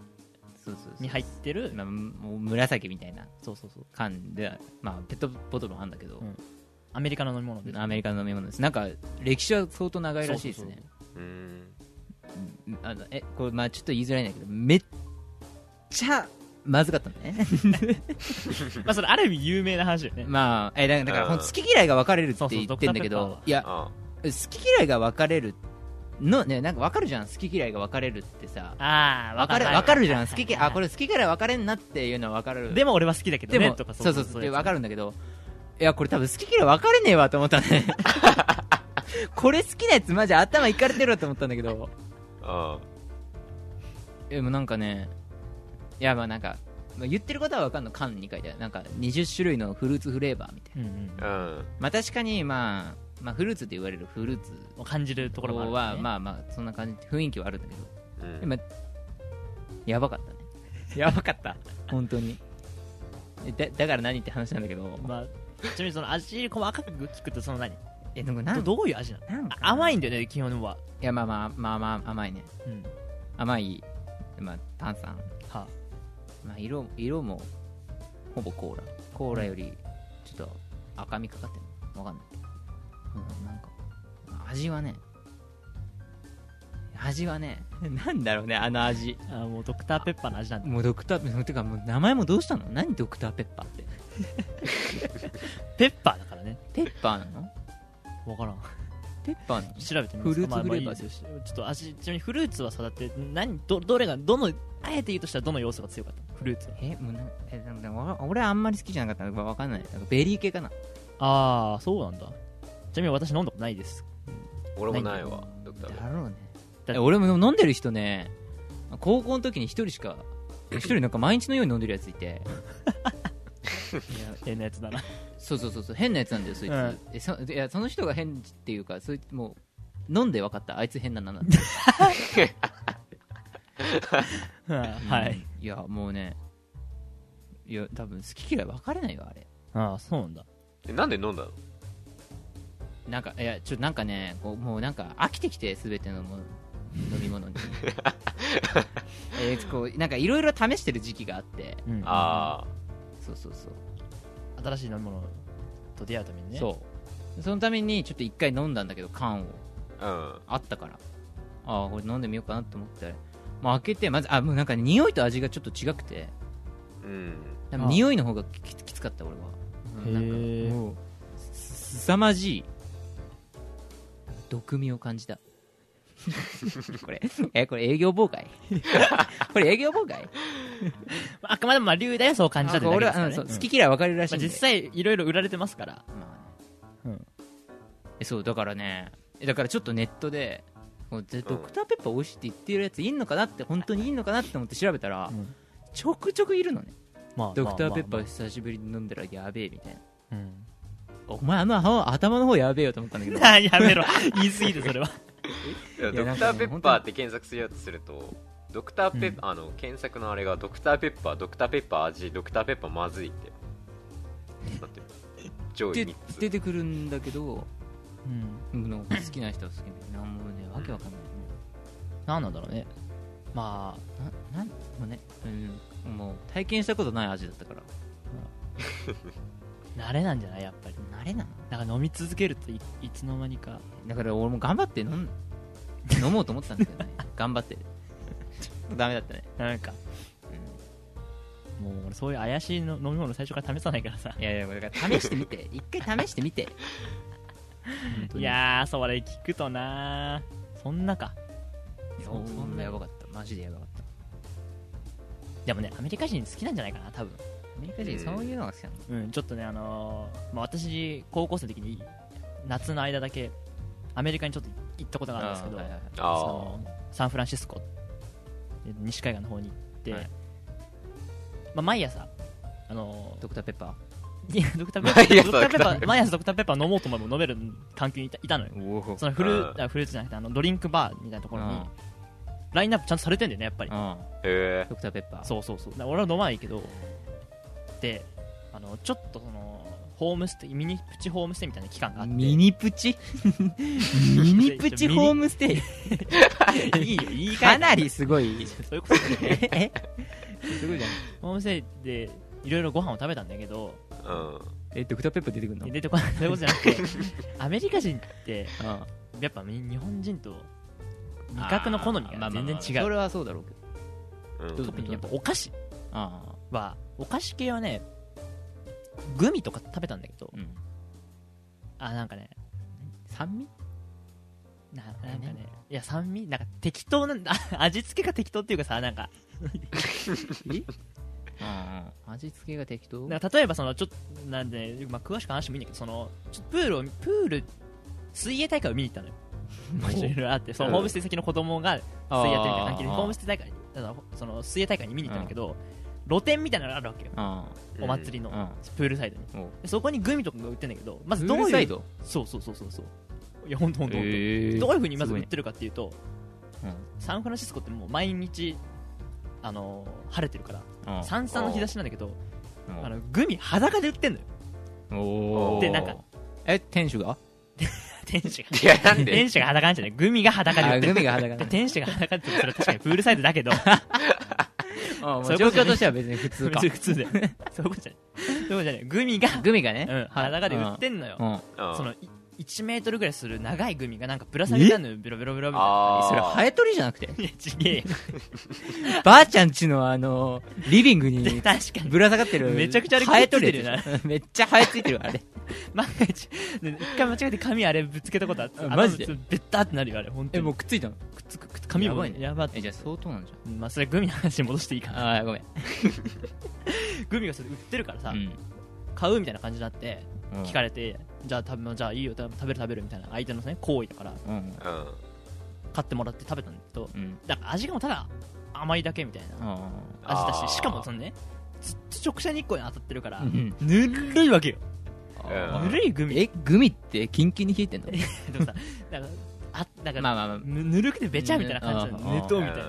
S4: そうそう
S2: に入ってる
S4: まあもう紫みたいな
S2: そうそうそう
S4: 缶で、まあ、ペットボトルもあるんだけど、
S2: うんアメリカの飲み物です
S4: アメリカの飲み物ですなんか歴史は相当長いらしいですね
S3: うーん
S4: うんあのえこれまあちょっと言いづらいんだけどめっちゃまずかったの ね
S2: まあそれある意味有名な話よね、
S4: まあえだだから
S3: うん
S4: ほんと好き嫌いが分かれるって
S2: そうそう
S4: 言ってんだ
S2: ドクターペ
S4: け
S2: ッパー
S4: ど
S2: はい
S4: や
S3: あ
S4: 好き嫌いが分かれるのねなんか分かるじゃん好き嫌いが分かれるってさ
S2: ああ
S4: 分かる分かるじゃん好き嫌いあこ
S2: れ
S4: れ好き嫌い分かれんなっていうのは分かる
S2: でも俺は好きだけど
S4: で
S2: ね
S4: も
S2: とか
S4: そうそうそうで
S2: い
S4: 分か
S2: る
S4: るんだけどいやこれ多分好き嫌い分かれねえわと思ったね これ好きなやつマジ頭いかれてるわと思ったんだけど
S3: ああ
S4: でもなんかねいやまあなんか、まあ、言ってることは分かんの缶に書いてあるなんか20種類のフルーツフレーバーみたいな
S2: うんうん
S3: あうん
S4: まあ確かにまあまあフルーツって言われるフルーツ
S2: を感じるところもあるんだ
S4: は
S2: ね
S4: まあまあそんな感じ雰囲気はあるんだけど
S3: うん
S4: 今やばかったねやばかった本当にえだだから何って話なんだけど
S2: まあ、ちなみにその味細かく聞くとその何
S4: えなんかなん
S2: どどういう味なの
S4: なんか
S2: あ甘いんだよね基本はい
S4: やまあまあまあまあ甘いね
S2: うん
S4: 甘い、まあ、炭酸、
S2: は
S4: まあ、色色もほぼコーラコーラよりちょっと赤みかかってるのわかんないうんなんか味はね味はねなんだろうねあの味
S2: あもうドクターペッパーの味なんだ
S4: もうドクターペッパーてかもう名前もどうしたの何ドクターペッパーって
S2: ペッパーだからね
S4: ペッパーなの
S2: 分からん
S4: ペッパーなの
S2: 調べてみます
S4: フルーツ
S2: まあまあ
S4: フレーバー
S2: いいですよちょっと味ちなみにフルーツはさだって何どどれがどのあえて言うとしたらどの要素が強かったのフルーツ
S4: えもうなえでもでも俺はあんまり好きじゃなかったからわかんないなんかベリー系かな
S2: ああそうなんだちなみに私飲んだことないです
S3: 俺もないわドクターベ
S4: だろうね
S2: だ
S4: え俺も飲んでる人ね高校の時に一人しか一人なんか毎日のように飲んでるやついていや
S2: 変なやつ だな
S4: そうそうそうそう変なやつなんだよそいつ、
S2: うん
S4: えそいやその人が変っていうかそいつもう飲んで分かったあいつ変なんだなって
S2: はい、
S4: うんいやもうねいや多分好き嫌い分かれないよあれ
S2: ああそうなんだ
S3: えなんで飲んだの
S4: なんかいやちょっとなんかねこうもうなんか飽きてきて全ての もの飲み物にえーこうなんかいろいろ試してる時期があって
S2: うん
S3: あ
S4: そうそうそう
S2: 新しい飲み物と出会うためにね
S4: そうそのためにちょっと一回飲んだんだけど缶を
S3: あ
S4: あったからああこれ飲んでみようかなと思ってもう開けてまずあもうなんか匂いと味がちょっと違くて
S3: うんうん
S4: 多分
S2: あ
S4: 匂いの方がききつかった俺は
S2: へー
S4: なんかもうすさまじい毒味を感じた これえこれ営業妨害 これ営業妨害
S2: まああくまでもまあ龍大はそう感じた
S4: あ
S2: って
S4: これ
S2: だけ
S4: 俺
S2: です
S4: は、
S2: からね
S4: うんそう
S2: うん
S4: 好き嫌い分かれるらし
S2: ま
S4: い
S2: あ
S4: んで、
S2: 実際いろいろ売られてますから
S4: まあ
S2: う
S4: ね
S2: ん
S4: えそうだからねえだからちょっとネットでもうでドクターペッパー美味しいって言ってるやついんのかなって本当にいんのかなって思って調べたら、
S2: うん
S4: ちょくちょくいるのね
S2: まあ
S4: ドクターペッパ
S2: まあ
S4: ー久しぶりに飲んだらやべえみたいな
S2: まあうん
S4: お前あの頭頭の方やべえよと思ったんだけど
S2: あ やめろ 言い過ぎてそれは
S3: いや
S4: いや
S3: ド
S4: なん
S3: ク
S4: か
S3: タ
S4: ね
S3: ーペッパーって検索するやつするとドクターペッ、あの検索のあれがドクターペッパードクターペッパー味ドクターペッパーまずいってなってる上位
S4: で
S3: 3つ
S4: 出てくるんだけど
S2: うん
S4: うんなんか好きな人は好きみたいなもうねわけわかんない、
S2: 何なんだろうね
S4: まあななんもうねうんもう体験したことない味だったから
S2: 慣れなんじゃないやっぱり
S4: 慣れなの
S2: なんか飲み続けるといいつの間にか
S4: だから俺も頑張って飲ん飲もうと思ったんだけどね頑張ってちょっとダメだったね
S2: なんかもう俺そういう怪しいの飲み物最初から試さないからさ
S4: いやいやだから試してみて一回試してみて本当
S2: い
S4: に
S2: やーそれ聞くとなーそんなか
S4: そ
S2: そそ
S4: そ
S2: ん
S4: ん
S2: な
S4: なやばかったマジでやばかった
S2: でもねアメリカ人好きなんじゃないかな多分
S4: アメリカ人そういうのが好きなの
S2: うんちょっとねあのーまあ、私高校生の時に夏の間だけアメリカにちょっと行ったことがあるんですけど、
S4: はいはいはい
S3: ああ
S2: そのサンフランシスコで西海岸の方に行って、
S4: はい
S2: まあ、毎朝あの
S4: ドクターペッパ
S2: ーいや ドクターペッパードクターペ
S3: 毎朝
S2: ッパー毎朝ドクターペッパー飲もうと思えば飲める環境にいたいたのよ
S4: ーおお
S2: そのフル
S3: うん
S2: あフルーツじゃなくてあのドリンクバーみたいなところにラインナップちゃんとされてんだよねやっぱり
S3: へえ
S4: ドクターペッパー
S2: そうそうそうだから俺は飲まないけどであのちょっとそのホームステイミニプチホームステイみたいな期間があって
S4: ミニプ チミニプチホームステイ
S2: いいよいい
S4: か
S2: か
S4: なりすごい
S2: そういうことじゃない
S4: えすごいじゃん
S2: ホームステイでいろいろご飯を食べたんだけど
S3: うん
S4: えドクターペッパー出てくるの
S2: 出てこないそう いうことじゃなく てアメリカ人って
S4: ああ
S2: やっぱみ日本人と味覚の好み
S4: あーま
S2: が
S4: あまあ
S2: 全
S4: まあ
S2: 然違
S4: そうれはそうだろうけど
S3: うん
S4: どうぞ
S2: 特にやっぱお菓子
S4: あ
S2: はお菓子系はねグミとか食べたんだけど
S4: あうん
S2: あなんかね
S4: 酸味
S2: ななんかねいや酸味なんか適当なんだ 味付けが適当っていうかさなんか
S4: ああ味付けが適当
S2: なんか例えばそのちょっとなんで、まあ、詳しく話してもいいんだけどそのちょっとプールをプール水泳大会を見に行った のよいろいろあってその
S3: うん
S2: ホームステイ先の子供が水
S4: あー
S2: 泳やってるみたいな関係で
S4: あー
S2: ホームステイ大会あのその水泳大会に見に行ったんだけど、露店みたいなのがあるわけよ
S4: あ
S2: お祭りの、
S4: うんうん
S2: プールサイドに
S4: あお
S2: でそこにグミとかが売ってんだけどまず
S4: ど
S2: どういう
S4: うサイド
S2: そうそうそうそうそういやほんとほんとほんと、
S4: ええ
S2: どういうふうにますず
S4: ご
S2: 売
S4: い
S2: っ
S4: ね
S2: てるかっていうと
S4: うん
S2: サンフランシスコってもう毎日あのー晴れてるから
S4: ああ
S2: さんさんの日差しなんだけど
S4: うん
S2: あのグミ裸で売ってんのよ
S4: おお
S2: でなんか
S4: え店主が
S2: 天使が
S3: いやなんで
S2: 天使が裸なんじゃないグミが裸で売
S4: あ
S2: ってる
S4: グミが裸な
S2: で
S4: の
S2: 天使が裸ってそれは確かにプールサイドだけ ど
S4: ああ
S2: そういうこと
S4: 状
S2: じゃな
S4: 況
S2: い
S4: としては別に普通
S2: 別
S4: か
S2: に普通だよそういうことじゃないそういうことじゃないグミが、
S4: グミがね
S2: うん、裸で売ってんのよ
S4: うんうん
S3: うん
S2: そのい1メートルぐらいする長いグミがなんかぶら下げたのよベロベロベロみたい
S3: あー
S4: それハエ取りじゃなくて
S2: ないやち げえよ
S4: ばあちゃんちのあのリビング
S2: 確
S4: に
S2: かに
S4: ぶら下がってる
S2: めちゃくちゃあれ
S4: ハエ取り
S2: 食っ
S4: だよめっちゃハエついてるわあれ
S2: 万が一ね一回間違えて髪あれぶつけたことあって
S4: あマジで
S2: 頭べったってなるよあれ本当
S4: え
S2: に
S4: もうくっついたの
S2: くっつくくっつ髪も
S4: やばいね
S2: やば
S4: えじゃあ相当なんじ
S2: まあそれグミの話に戻していい
S4: ゃ
S2: か
S4: ん
S2: な
S4: ああーごめん
S2: グミがそれ売ってるからさ、
S4: うん
S2: 買うみたいな感じになって
S4: うん
S2: 聞かれて、じゃあ食べじゃあいいよ食べる食べるみたいな相手のね行為だから
S4: うん
S3: うん
S2: 買ってもらって食べたんだけど
S4: うん
S2: だから味がもうただ甘いだけみたいな
S4: あ
S2: 味だ
S3: あー
S2: ししかもそのねずっと直射日光に当たってるから、
S4: うん
S2: ぬるいわけよ
S3: うん
S2: ぬるいグミ
S4: えグミってキンキンに冷えてんの
S2: でもさだからあだから、
S4: まあまあまあ
S2: ぬぬるくてべちゃみたいな感じなの
S4: うん
S2: 熱湯
S3: う
S2: み
S3: ん
S2: たいな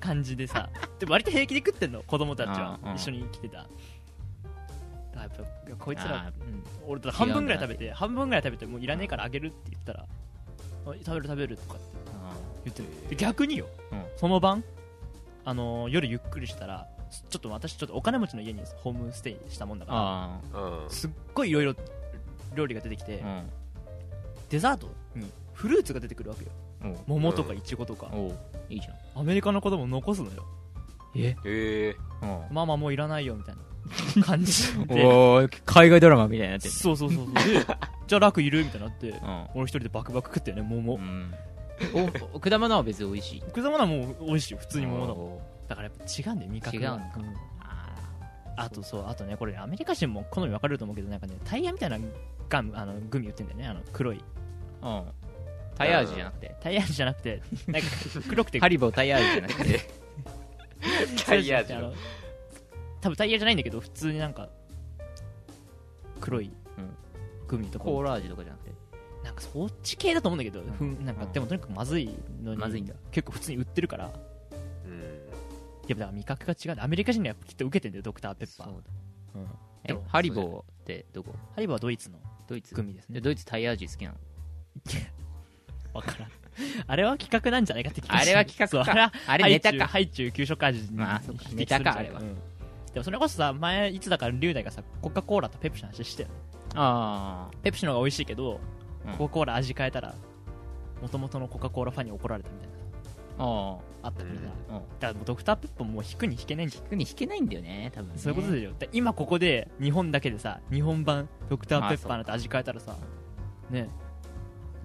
S2: 感じでさでも割と平気で食ってんの子供たちは
S4: うんうん
S2: 一緒に来てただからやっぱいやこいつ
S4: あ
S2: らう
S4: ー
S2: ん俺だって半分ぐらい食べて半分ぐらい食べてもういらねえからあげるって言ったらあ食べる食べるとかって言ってるで逆によ
S4: うん
S2: その晩あのー夜ゆっくりしたらすちょっと私ちょっとお金持ちの家にホームステイしたもんだか
S4: あ
S3: うん
S2: らすっごいいろいろ料理が出てきて
S4: ーうん
S2: デザートにフルーツが出てくるわけよ
S4: おう
S2: 桃とかイチゴとか
S4: おういいじゃん
S2: アメリカの子供残すのよ
S4: え
S3: へえ
S2: ママもういらないよみたい な感じで
S4: おー海外ドラマみたいになってる
S2: そうそうそう そうでじゃあ楽いるみたいになって
S4: うん
S2: 俺一人でバクバク食ってね桃
S4: うんお果物は別に美味しい
S2: 果物はもう美味しいよ普通に桃だもん
S4: おう
S2: だからやっぱ違うんだよ味覚が
S4: 違うのか
S2: ん
S4: あ
S2: あとそうあとねこれねアメリカ人も好み分かれると思うけどなんかねタイヤみたいなガムあのグミ売ってんだよねあの黒い
S4: ーうんタイヤ味じゃなくて
S2: タイヤじゃなくてなんか黒くて
S4: ハリボータイヤ味じゃなくて
S3: タイヤ味
S2: あ
S3: の
S2: の多分タイヤじゃないんだけど普通になんか黒い
S4: うん
S2: グミとか
S4: コーラ味とかじゃなくて
S2: なんかそっち系だと思うんだけど、ふんなんか
S4: うん
S2: でもとにかくまずいのに
S4: まずいんだ
S2: 結構普通に売ってるから
S3: うん
S2: いやだから味覚が違うんだアメリカ人がやっぱきっと受けてんだよドクターペッパー、
S4: そうだ
S2: うん
S4: え
S2: でも
S4: ハリボーってどこ
S2: ハリバーはドイツの
S4: ドイツ
S2: グミですね
S4: でドイツタイヤ味好きなの
S2: わからん あれは企画なんじゃないかって気が
S4: あれは企画か
S2: そうあれは
S4: あれ
S2: ハイ
S4: ネタ
S2: チュウ
S4: か
S2: ハイチュウ給食味に
S4: まあそっか
S2: 匹敵する
S4: ネタか
S2: んじゃない
S4: あれは
S2: うんでもそれこそさ前いつだから龍大がさコカ・コーラとペプシの話して
S4: あ
S2: ペプシの方が美味しいけど、
S4: うん
S2: コカ・コーラ味変えたら元々のコカ・コーラファンに怒られたみたいな
S4: ああ
S2: あったみんな、
S3: うん
S2: だか
S4: あうん
S2: らもうドクターペップもう引くに引けないんじゃん
S4: 特に弾けないんだよね多分ね
S2: そういうことでしょ、で今ここで日本だけでさ日本版ドクターペッパーなんて味変えたらさね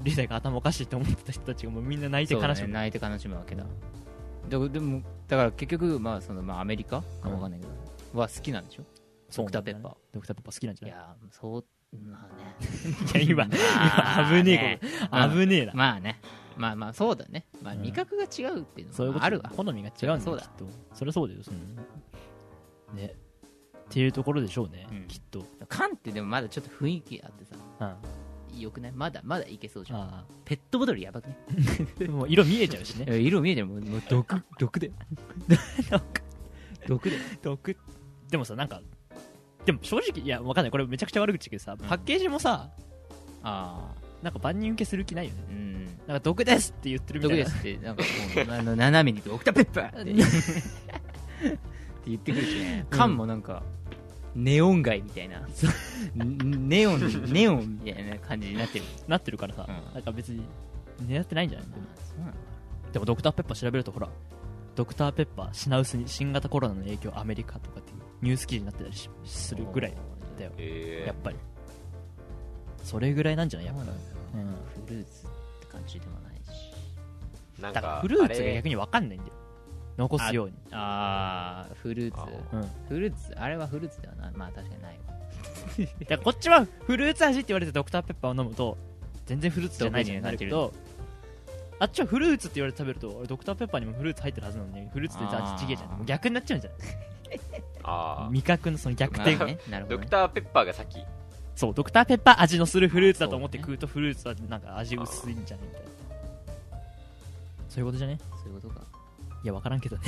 S2: リサが頭おかしいと思ってた人たちがもうみんな泣いて
S4: そうだ
S2: 悲
S4: ね
S2: しむ、
S4: 泣いて悲しむわけだででもだから結局まあそのまあアメリカかわかんないけど、は好きなんでしょ
S2: そうなんだよね
S4: ドク
S2: ドクタ
S4: ターペッパー
S2: ーペッパー好きなんじゃ
S4: い
S2: ない
S4: やーそうまあ ね
S2: いや今今危ねえこ
S4: まあ
S2: と危ねえな、
S4: まあねまあまあそうだね、まあ、
S2: うん
S4: 味覚が違うっていう
S2: そうい
S4: の
S2: うこ
S4: も
S2: と
S4: あるわ、
S2: 好みが違うんだよ
S4: そうだ
S2: きっとそれそうだよそのねっていうところでしょうね、
S4: うん
S2: きっと、うん、
S4: 缶ってでもまだちょっと雰囲気あってさ
S2: あ
S4: よくないまだまだいけそうじゃん
S2: あ
S4: ペットボトルやばくね
S2: でも色見えちゃうしね
S4: え色見えてるもんもう 毒毒だよ 毒だよ
S2: 毒でもさなんかでも正直いやわかんないこれめちゃくちゃ悪口だけどさ、パッケージもさ
S4: あ
S2: なんか万人受けする気ないよね
S4: あうん
S2: なんか毒ですって言ってるみ
S4: 毒
S2: たいな
S4: ですってなんかこうあの斜めにドクターペッパーっ てって言ってくるしね缶もなんか、ネオン街みたいなネオンネオンみたいな感じになってる
S2: なってるからさ、
S4: うん
S2: なんか別に狙ってないんじゃないでも
S4: そうなんだ
S2: でもドクターペッパー調べるとほらドクターペッパー品薄に新型コロナの影響アメリカとかっていうニュース記事になってたりしするぐらいだよ
S3: え
S2: やっぱりそれぐらいなんじゃないやっぱ
S4: そうなんだ
S2: うん
S4: フルーツって感じでもないし
S3: えなん
S2: だから
S3: か
S2: フルーツ
S3: あ
S2: が
S3: れ
S2: 逆に分かんないんだよ残すように
S4: ああフルー
S3: あ
S4: ツ
S2: うん、だか
S4: フルーツあれはフルーツではないまあ確かにないわ
S2: らこっちはフルーツ味って言われてドクターペッパーを飲むと全然フルーツじゃないじゃんってなるけどあっちはフルーツって言われて食べると俺ドクターペッパーにもフルーツ入ってるはずなのにフルーツって味ちげえじゃん
S4: あー
S2: もう逆になっちゃうんじゃない
S3: あー
S2: 味覚のその逆
S4: ま
S2: 転ね
S4: あねなるほ
S3: ド
S4: ど
S3: ク
S4: ね
S3: ターペッパーが先
S2: そうドクターペッパー味のするフルーツだと思って
S4: そうね
S2: 食うとフルーツはなんか味薄いんじゃねみたいなそういうことじゃね
S4: そういうことか
S2: いや分からんけ どね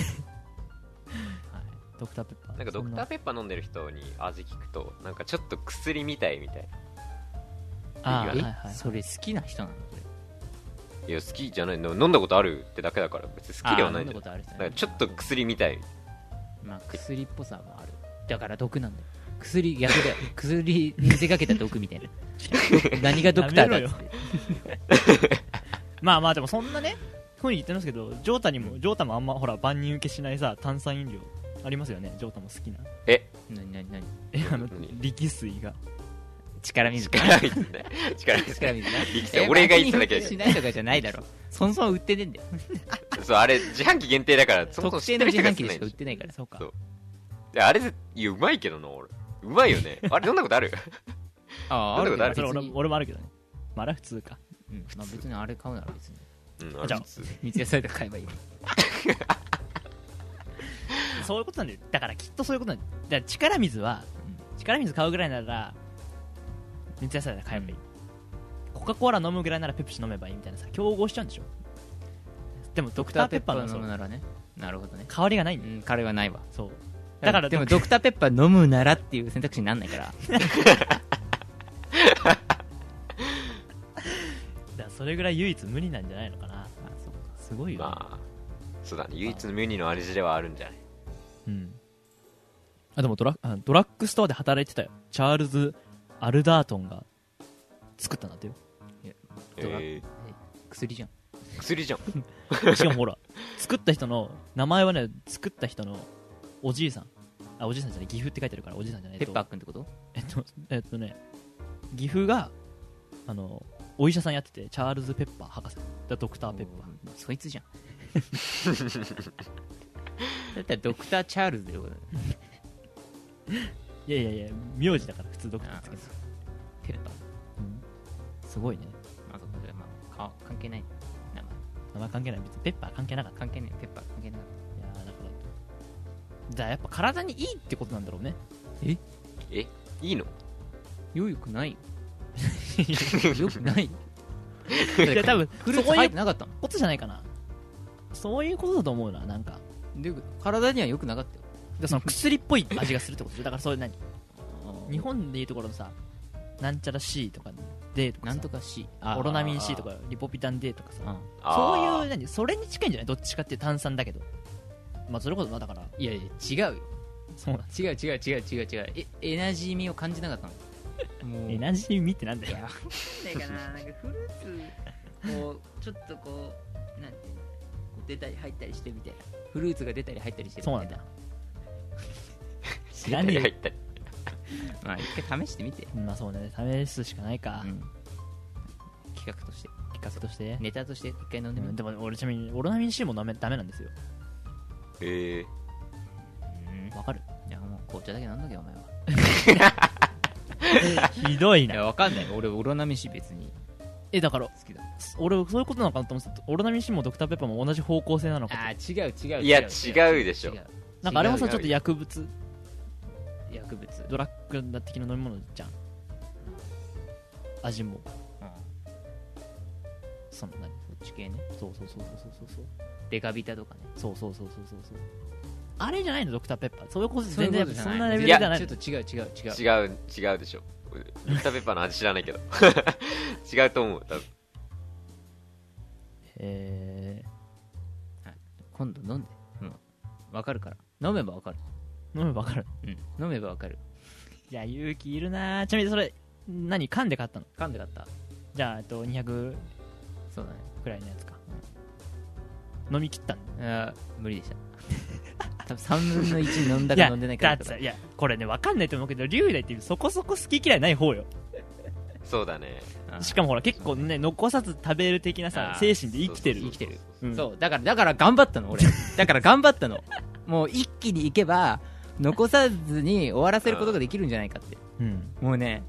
S4: はい
S2: ドクターペッパー
S3: なんかドクターペッパー飲んでる人に味聞くとなんかちょっと薬みたいみたい
S2: そんなあーはい
S4: え、
S2: はい
S4: それ好きな人なのこれ
S3: いや好きじゃないでも飲んだことあるってだけだから別に好きではない
S4: あー
S3: んだ
S4: 飲んだこ
S3: よ
S4: とある人
S3: だか
S4: ね
S3: らちょっと薬みたい
S4: まあ薬っぽさもあるだから毒なんだよ薬逆 だよ薬に見せかけた毒みたいな毒何がドクターだっつって
S2: まあまあでもそんなねふうに言ってますけどジョータにもジョータもあんまほら万人受けしないさ炭酸飲料ありますよねジョータも好きな
S3: え
S4: 何何何
S2: えあの
S3: 何
S2: 力水が
S4: 力水か
S3: 力水ね力水
S4: 力水な
S3: 力水俺が言ってただけ
S4: えしないとかじゃないだろそもそも売ってねえ んだよ
S3: そうあれ自販機限定だからそもそも
S4: 特
S3: 知
S4: 定
S3: っ
S4: の
S3: てる
S4: 自
S3: 人が少な
S4: 販機でし
S3: い
S4: か売ってないから
S2: そうか
S3: そうであれぜいやうまいけどな俺うまいよねあれ飲んだことある
S4: あ
S3: 飲んだことあ
S2: それ
S4: 別
S2: 俺
S4: に
S2: も俺もあるけどねまああれは普通か
S4: うん まあ別にあれ買うなら別に
S3: うんあ
S2: じゃ
S3: れ
S2: あ
S3: 普通
S4: 三ツ矢サイダー買えばいい
S2: そういうことなんだよだからきっとそういうことなんだよだから力水は、力水買うぐらいなら三ツ矢サイダー買えばいい、コカ・コーラ飲むぐらいならペプシ飲めばいいみたいなさ競合しちゃうんでしょでもドク
S4: ドク
S2: タ
S4: タ
S2: ー
S4: ー
S2: ペ
S4: ペ
S2: ッ
S4: ッ
S2: パ
S4: パ
S2: ー
S4: ー
S2: のそ
S4: 飲む
S2: の
S4: ならねなるほどね
S2: 香りがないん
S4: う
S2: だよ、
S4: ん彼はないわ
S2: そうだ
S4: だ
S2: か
S4: かららでもドクターペッパー飲むならっていう選択肢になんないから
S2: だからそれぐらい唯一無理なんじゃないのかなすごいよ、ね
S3: まあそうだね唯一のメニューの味ではあるんじゃない
S2: うんあでもドラあドラッグストアで働いてたよチャールズ・アルダートンが作ったんだってよ
S4: ドラ
S3: え
S4: 薬じゃん
S3: ー薬じゃん
S2: しかもほら作った人の名前はね作った人のおじいさんあおじいさんじゃない岐阜って書いてあるからおじいさんじゃない
S4: ペッパー
S2: と
S4: くんってこと
S2: えっとえっとね岐阜があのお医者さんやっててチャールズ・ペッパー博士だドクター・ペッパー
S4: うんそいつじゃんだったらドクター・チャールズでよかった
S2: いやいやいや名字だから普通ドクター
S4: あ
S2: つけて
S4: そうペッパー
S2: うんすごいね
S4: あそこでまあか関係ない名前
S2: 名前関係ない別にペッパー関係なかった
S4: 関係ないペッパー関係ない
S2: いやーだからだからやっぱ体にいいってことなんだろう ね
S3: えいいの
S4: よくないよよくない
S2: いや多分
S4: フル
S2: そ
S4: ーツ
S2: うい
S4: 入
S2: う
S4: ってなかったの
S2: ことじゃないかなそういうことだと思うななんか
S4: で体にはよくなかったよ
S2: でその薬っぽい味がするってことでしょだからそういう何日本でいうところのさなんちゃら C とかにデーとか
S4: な
S2: さ
S4: んとか C
S2: オロナミン C とかリポピタンデーとかさ
S4: あ
S2: そう
S3: あ
S2: いう
S3: ー
S2: 何それに近いんじゃないどっちかっていうと炭酸だけどまあそれこそまあだから
S4: いやいや違うよ
S2: そうなん
S4: 違う違う違う違う違うえエナジー味を感じなかったのもう
S2: エナジー味ってなんだ
S4: い
S2: よ
S4: や
S5: ないかななんかフルーツこうちょっとこうなんていうのこう出たり入ったりしてみたいな
S4: フルーツが出たり入ったりしてる
S2: そう
S4: み
S2: な
S4: た
S2: ん
S4: い
S2: だ
S4: な
S2: 知らねえよ
S3: 入ったり
S4: まあ一回試してみて、
S2: まあそうね試すしかないか、
S4: うん企画として
S2: 企画として、
S4: ネタとして一回飲ん
S2: で
S4: でみ
S2: も
S4: る
S2: でも俺ちなみにオロナミン C もダメダメなんですよ
S3: ええ
S4: うん
S2: わかる
S4: いやもう紅茶だけ飲んどけお前は
S2: ひどい
S4: い
S2: な
S4: やわかんない俺オロナミン C 別に
S2: えだから
S4: 好きだ
S2: 俺そういうことなのかなと思ってたオロナミン C もドクターペッパーも同じ方向性なのか
S4: あー違う違う
S3: いや違うでしょ
S2: なんかあれもさ
S3: 違う
S2: ちょっと薬物
S4: 薬物
S2: ドラッグ的な飲み物じゃん味も
S4: うん
S2: その何
S4: そっち系ね
S2: そうそうそうそうそうそう
S4: デカビタとかね
S2: そうそうそうそうそうそうあれじゃないのドクターペッパーそういうこと
S4: そうい
S2: 全
S4: うこ
S2: 然
S4: とじゃ
S2: そ
S4: ない
S2: んなレベル
S3: い
S2: じ
S3: や
S2: ゃない
S4: ち
S2: の
S4: ょっと違う違う違う
S3: 違う違うでしょミッターペッパーの味知らないけど 違うと思う多分
S2: え
S4: 今度飲んでもうわかるから飲めばわかる
S2: ー飲めばわかる
S4: うん飲めばわかる
S2: いや勇気いるなーちなみにそれ何缶で買ったの
S4: 噛んでかった
S2: じゃあえっと200
S4: そうだね
S2: くらいのやつか、飲み切ったんだ
S4: あー無理でした 多分3分の1飲んだか飲んでないか
S2: やだってさいやこれね分かんないと思うけど龍大ってそこそこ好き嫌いない方よ
S3: そうだね
S2: しかもほら結構ね残さず食べる的なさ
S4: あ
S2: 精神で生きてる
S4: 生きてる
S2: うん
S4: そうだからだから頑張ったの俺だから頑張っ たのもう一気にいけば残さずに終わらせることができるんじゃないかって
S2: うん
S4: もうね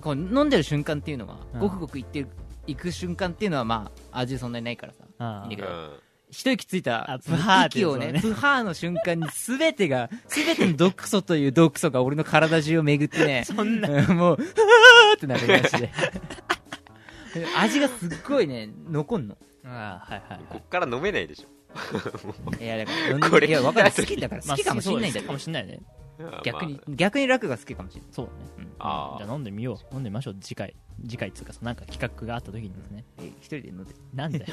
S4: こう飲んでる瞬間っていうのは、
S2: うん
S4: ごくごくいってるいく瞬間っていうのはまあ味そんなにないからさ
S2: ああ
S4: いいんだけ
S3: う
S4: ど
S3: ん
S4: 一息つい
S2: あ
S4: た
S2: プハーって
S4: 息
S2: やつ
S4: を
S2: だね
S4: ねプハーの瞬間に全てが全ての毒素という 毒素が俺の体中を巡ってね
S2: そんな
S4: うんもう「うわー!」ってなるまして味がすっごいね残んの
S2: ああはいはい
S3: こっから飲めないでしょ
S4: いやだから飲ん
S3: これ
S4: でいやわかる好きだから
S2: ま
S4: 好
S2: あ
S4: きかもしんないん
S2: そう
S4: だけ
S2: か
S4: ど
S2: もしんないね
S4: 逆に
S3: ま
S4: 逆に楽が好きかもしんない
S2: そうだね
S3: あ
S2: じ
S3: あ
S2: ゃあ飲んでみよう飲んでみましょう次回次回っつうかそのなんか企画があった時にですね
S4: え一人で飲んで
S2: なんだよ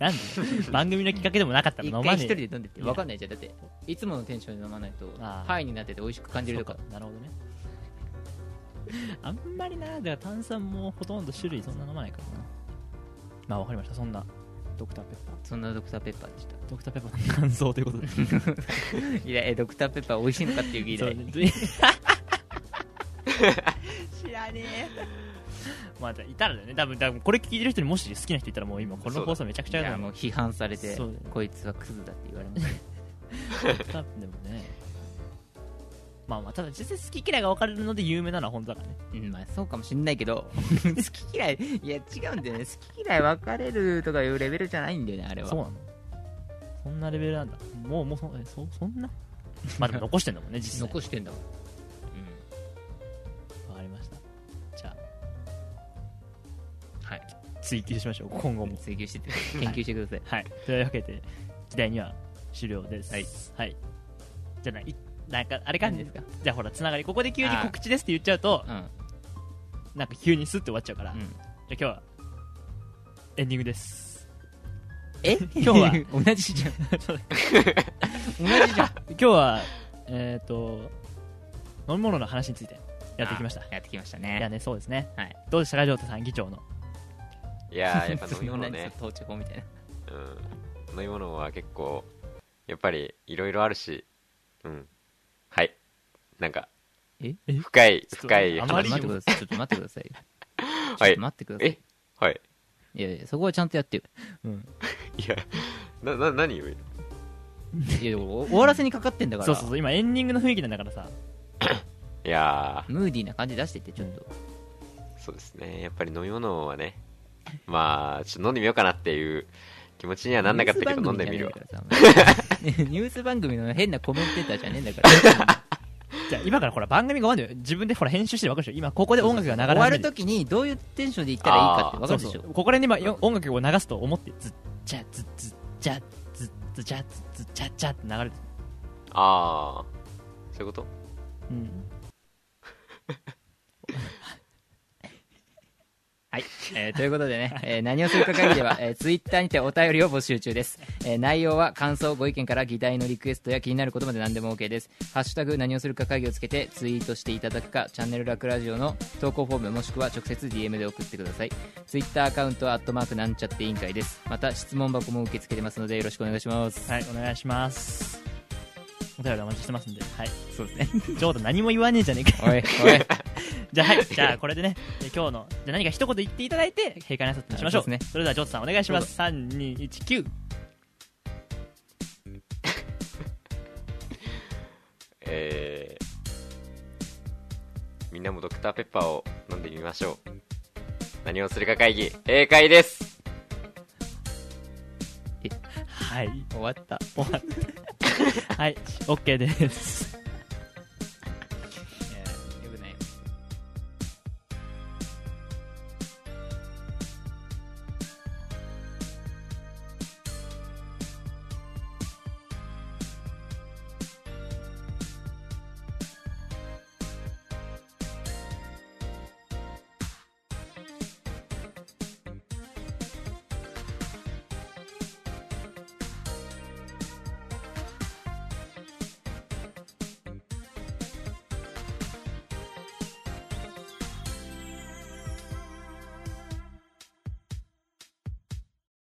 S2: なんだ よ番組の企画でもなかったら
S4: 一
S2: 飲まね
S4: 回
S2: え
S4: 一人で飲んでっ
S2: い
S4: て
S2: や
S4: わかんないじゃんだっていつものテンションで飲まないと
S2: あー
S4: ハイになってて美味しく感じるとか
S2: そうなるほどね あんまりなだから炭酸もほとんど種類そんな飲まないからなまあわかりましたそんなドクターペッパー
S4: そんなドクターペッパーでした
S2: ドクターペッパーの感想ということで
S4: いやえドクターペッパー美味しいのかっていう議
S2: そう
S4: 題
S2: ねで
S5: 知らねえ
S2: まあいたらだよね多分多分これ聞いてる人にもし好きな人いたらもう今この放送めちゃく
S4: い
S2: ちゃや
S4: や
S2: だも
S4: も
S2: ん
S4: う批判されて
S2: そうだよ
S4: こいつはクズだって言われました
S2: ドクターでもねまあまあただ実際好き嫌いが分かれるので有名なのは本当だからね
S4: うんまあそうかもしんないけど 好き嫌いいや違うんだよね好き嫌い分かれるとかいうレベルじゃないんだよねあれは
S2: そうなのそんなレベルなんだもうもうそえそそ んなまあでも残してんだもんね実際
S4: 残してんだもん
S2: わかりましたじゃあ
S4: はい
S2: 追求しましょう今後も
S4: 追求してて研究してください
S2: はいというわけで時代には終了です
S4: はい、
S2: はい、じゃあないなんかあれか
S4: 何ですか
S2: じゃあほらつながりここで急に告知ですって言っちゃうと
S4: うん
S2: なんか急にスッて終わっちゃうから、
S4: う
S2: じゃあ今
S4: ん
S2: 日はエンディング です
S4: え
S2: 今日は
S4: 同じじゃん同じじゃん
S2: 今日はえっ、と飲み物の話についてやってきました
S4: やってきました
S2: いや
S4: ね
S2: ねそうですね、
S4: はい
S2: どうでしたか城田さん議長の
S3: あいやー やっぱ飲み物
S4: 同じ
S3: ね
S4: 統治法みたいな
S3: うん飲み物は結構やっぱりいろいろあるしうんはいなんか
S4: え
S3: 深い
S2: ちょっと
S3: 深い
S2: あ
S4: ちょっ
S2: ま
S4: と
S2: り
S3: 話
S4: 待ってくださいちょっと待ってくださいよち
S3: は
S4: ょっ
S3: い
S4: と待ってください
S3: えはい
S4: いやいやそこはちゃんとやってよ
S3: いやなな何よ
S4: いやお終わらせにかかってんだから
S2: そうそうそう今エンディングの雰囲気なんだからさ
S3: いや
S4: ムーディーな感じ出してってちょっと
S3: ーそうですねやっぱり飲み物はねまあちょっと飲んでみようかなっていう気持ちにはなんなかったけど飲んでみるわ
S4: ニュース番組の変なコメンテーターじゃねえんだから
S2: じゃあ今からほら番組が終わるんだよ自分でほら編集してるわけでしょ今ここで 音楽が流れ
S4: 終わ
S2: 始め
S4: る
S2: る
S4: ときにどういうテンションでいったらいいかってわかるでし
S2: そう
S4: ょ
S2: そうここら辺で今よ音楽を流すと思ってずっちゃずっずっちゃずっずっちゃずっずっちゃずっちゃって流れてる
S3: ああそういうこと
S2: うん
S4: はい、えーということでね、えー何をするか会議では、えー、ツイッターにてお便りを募集中です、えー内容は感想ご意見から議題のリクエストや気になることまで何でも OK です「ハッシュタグ何をするか会議」をつけてツイートしていただくかチャンネルラクラジオの投稿フォームもしくは直接 DM で送ってくださいツイッターアカウントはアットマークなんちゃって委員会ですまた質問箱も受け付けてますのでよろしくお願いします
S2: はいお願いしますお便りお待ちしてますんではい
S4: そうですね
S2: 冗談何も言わねえじゃねえか
S4: おいおい
S2: じゃあはいじゃあこれでねえー今日のじゃあ何か一言言っていただいて閉会なさってしましょう
S4: そうです
S2: それではジョータさんお願いします3219
S3: えーみんなもドクターペッパーを飲んでみましょう何をするか会議閉会です
S2: はい
S4: 終わった
S2: 終わったはい OK です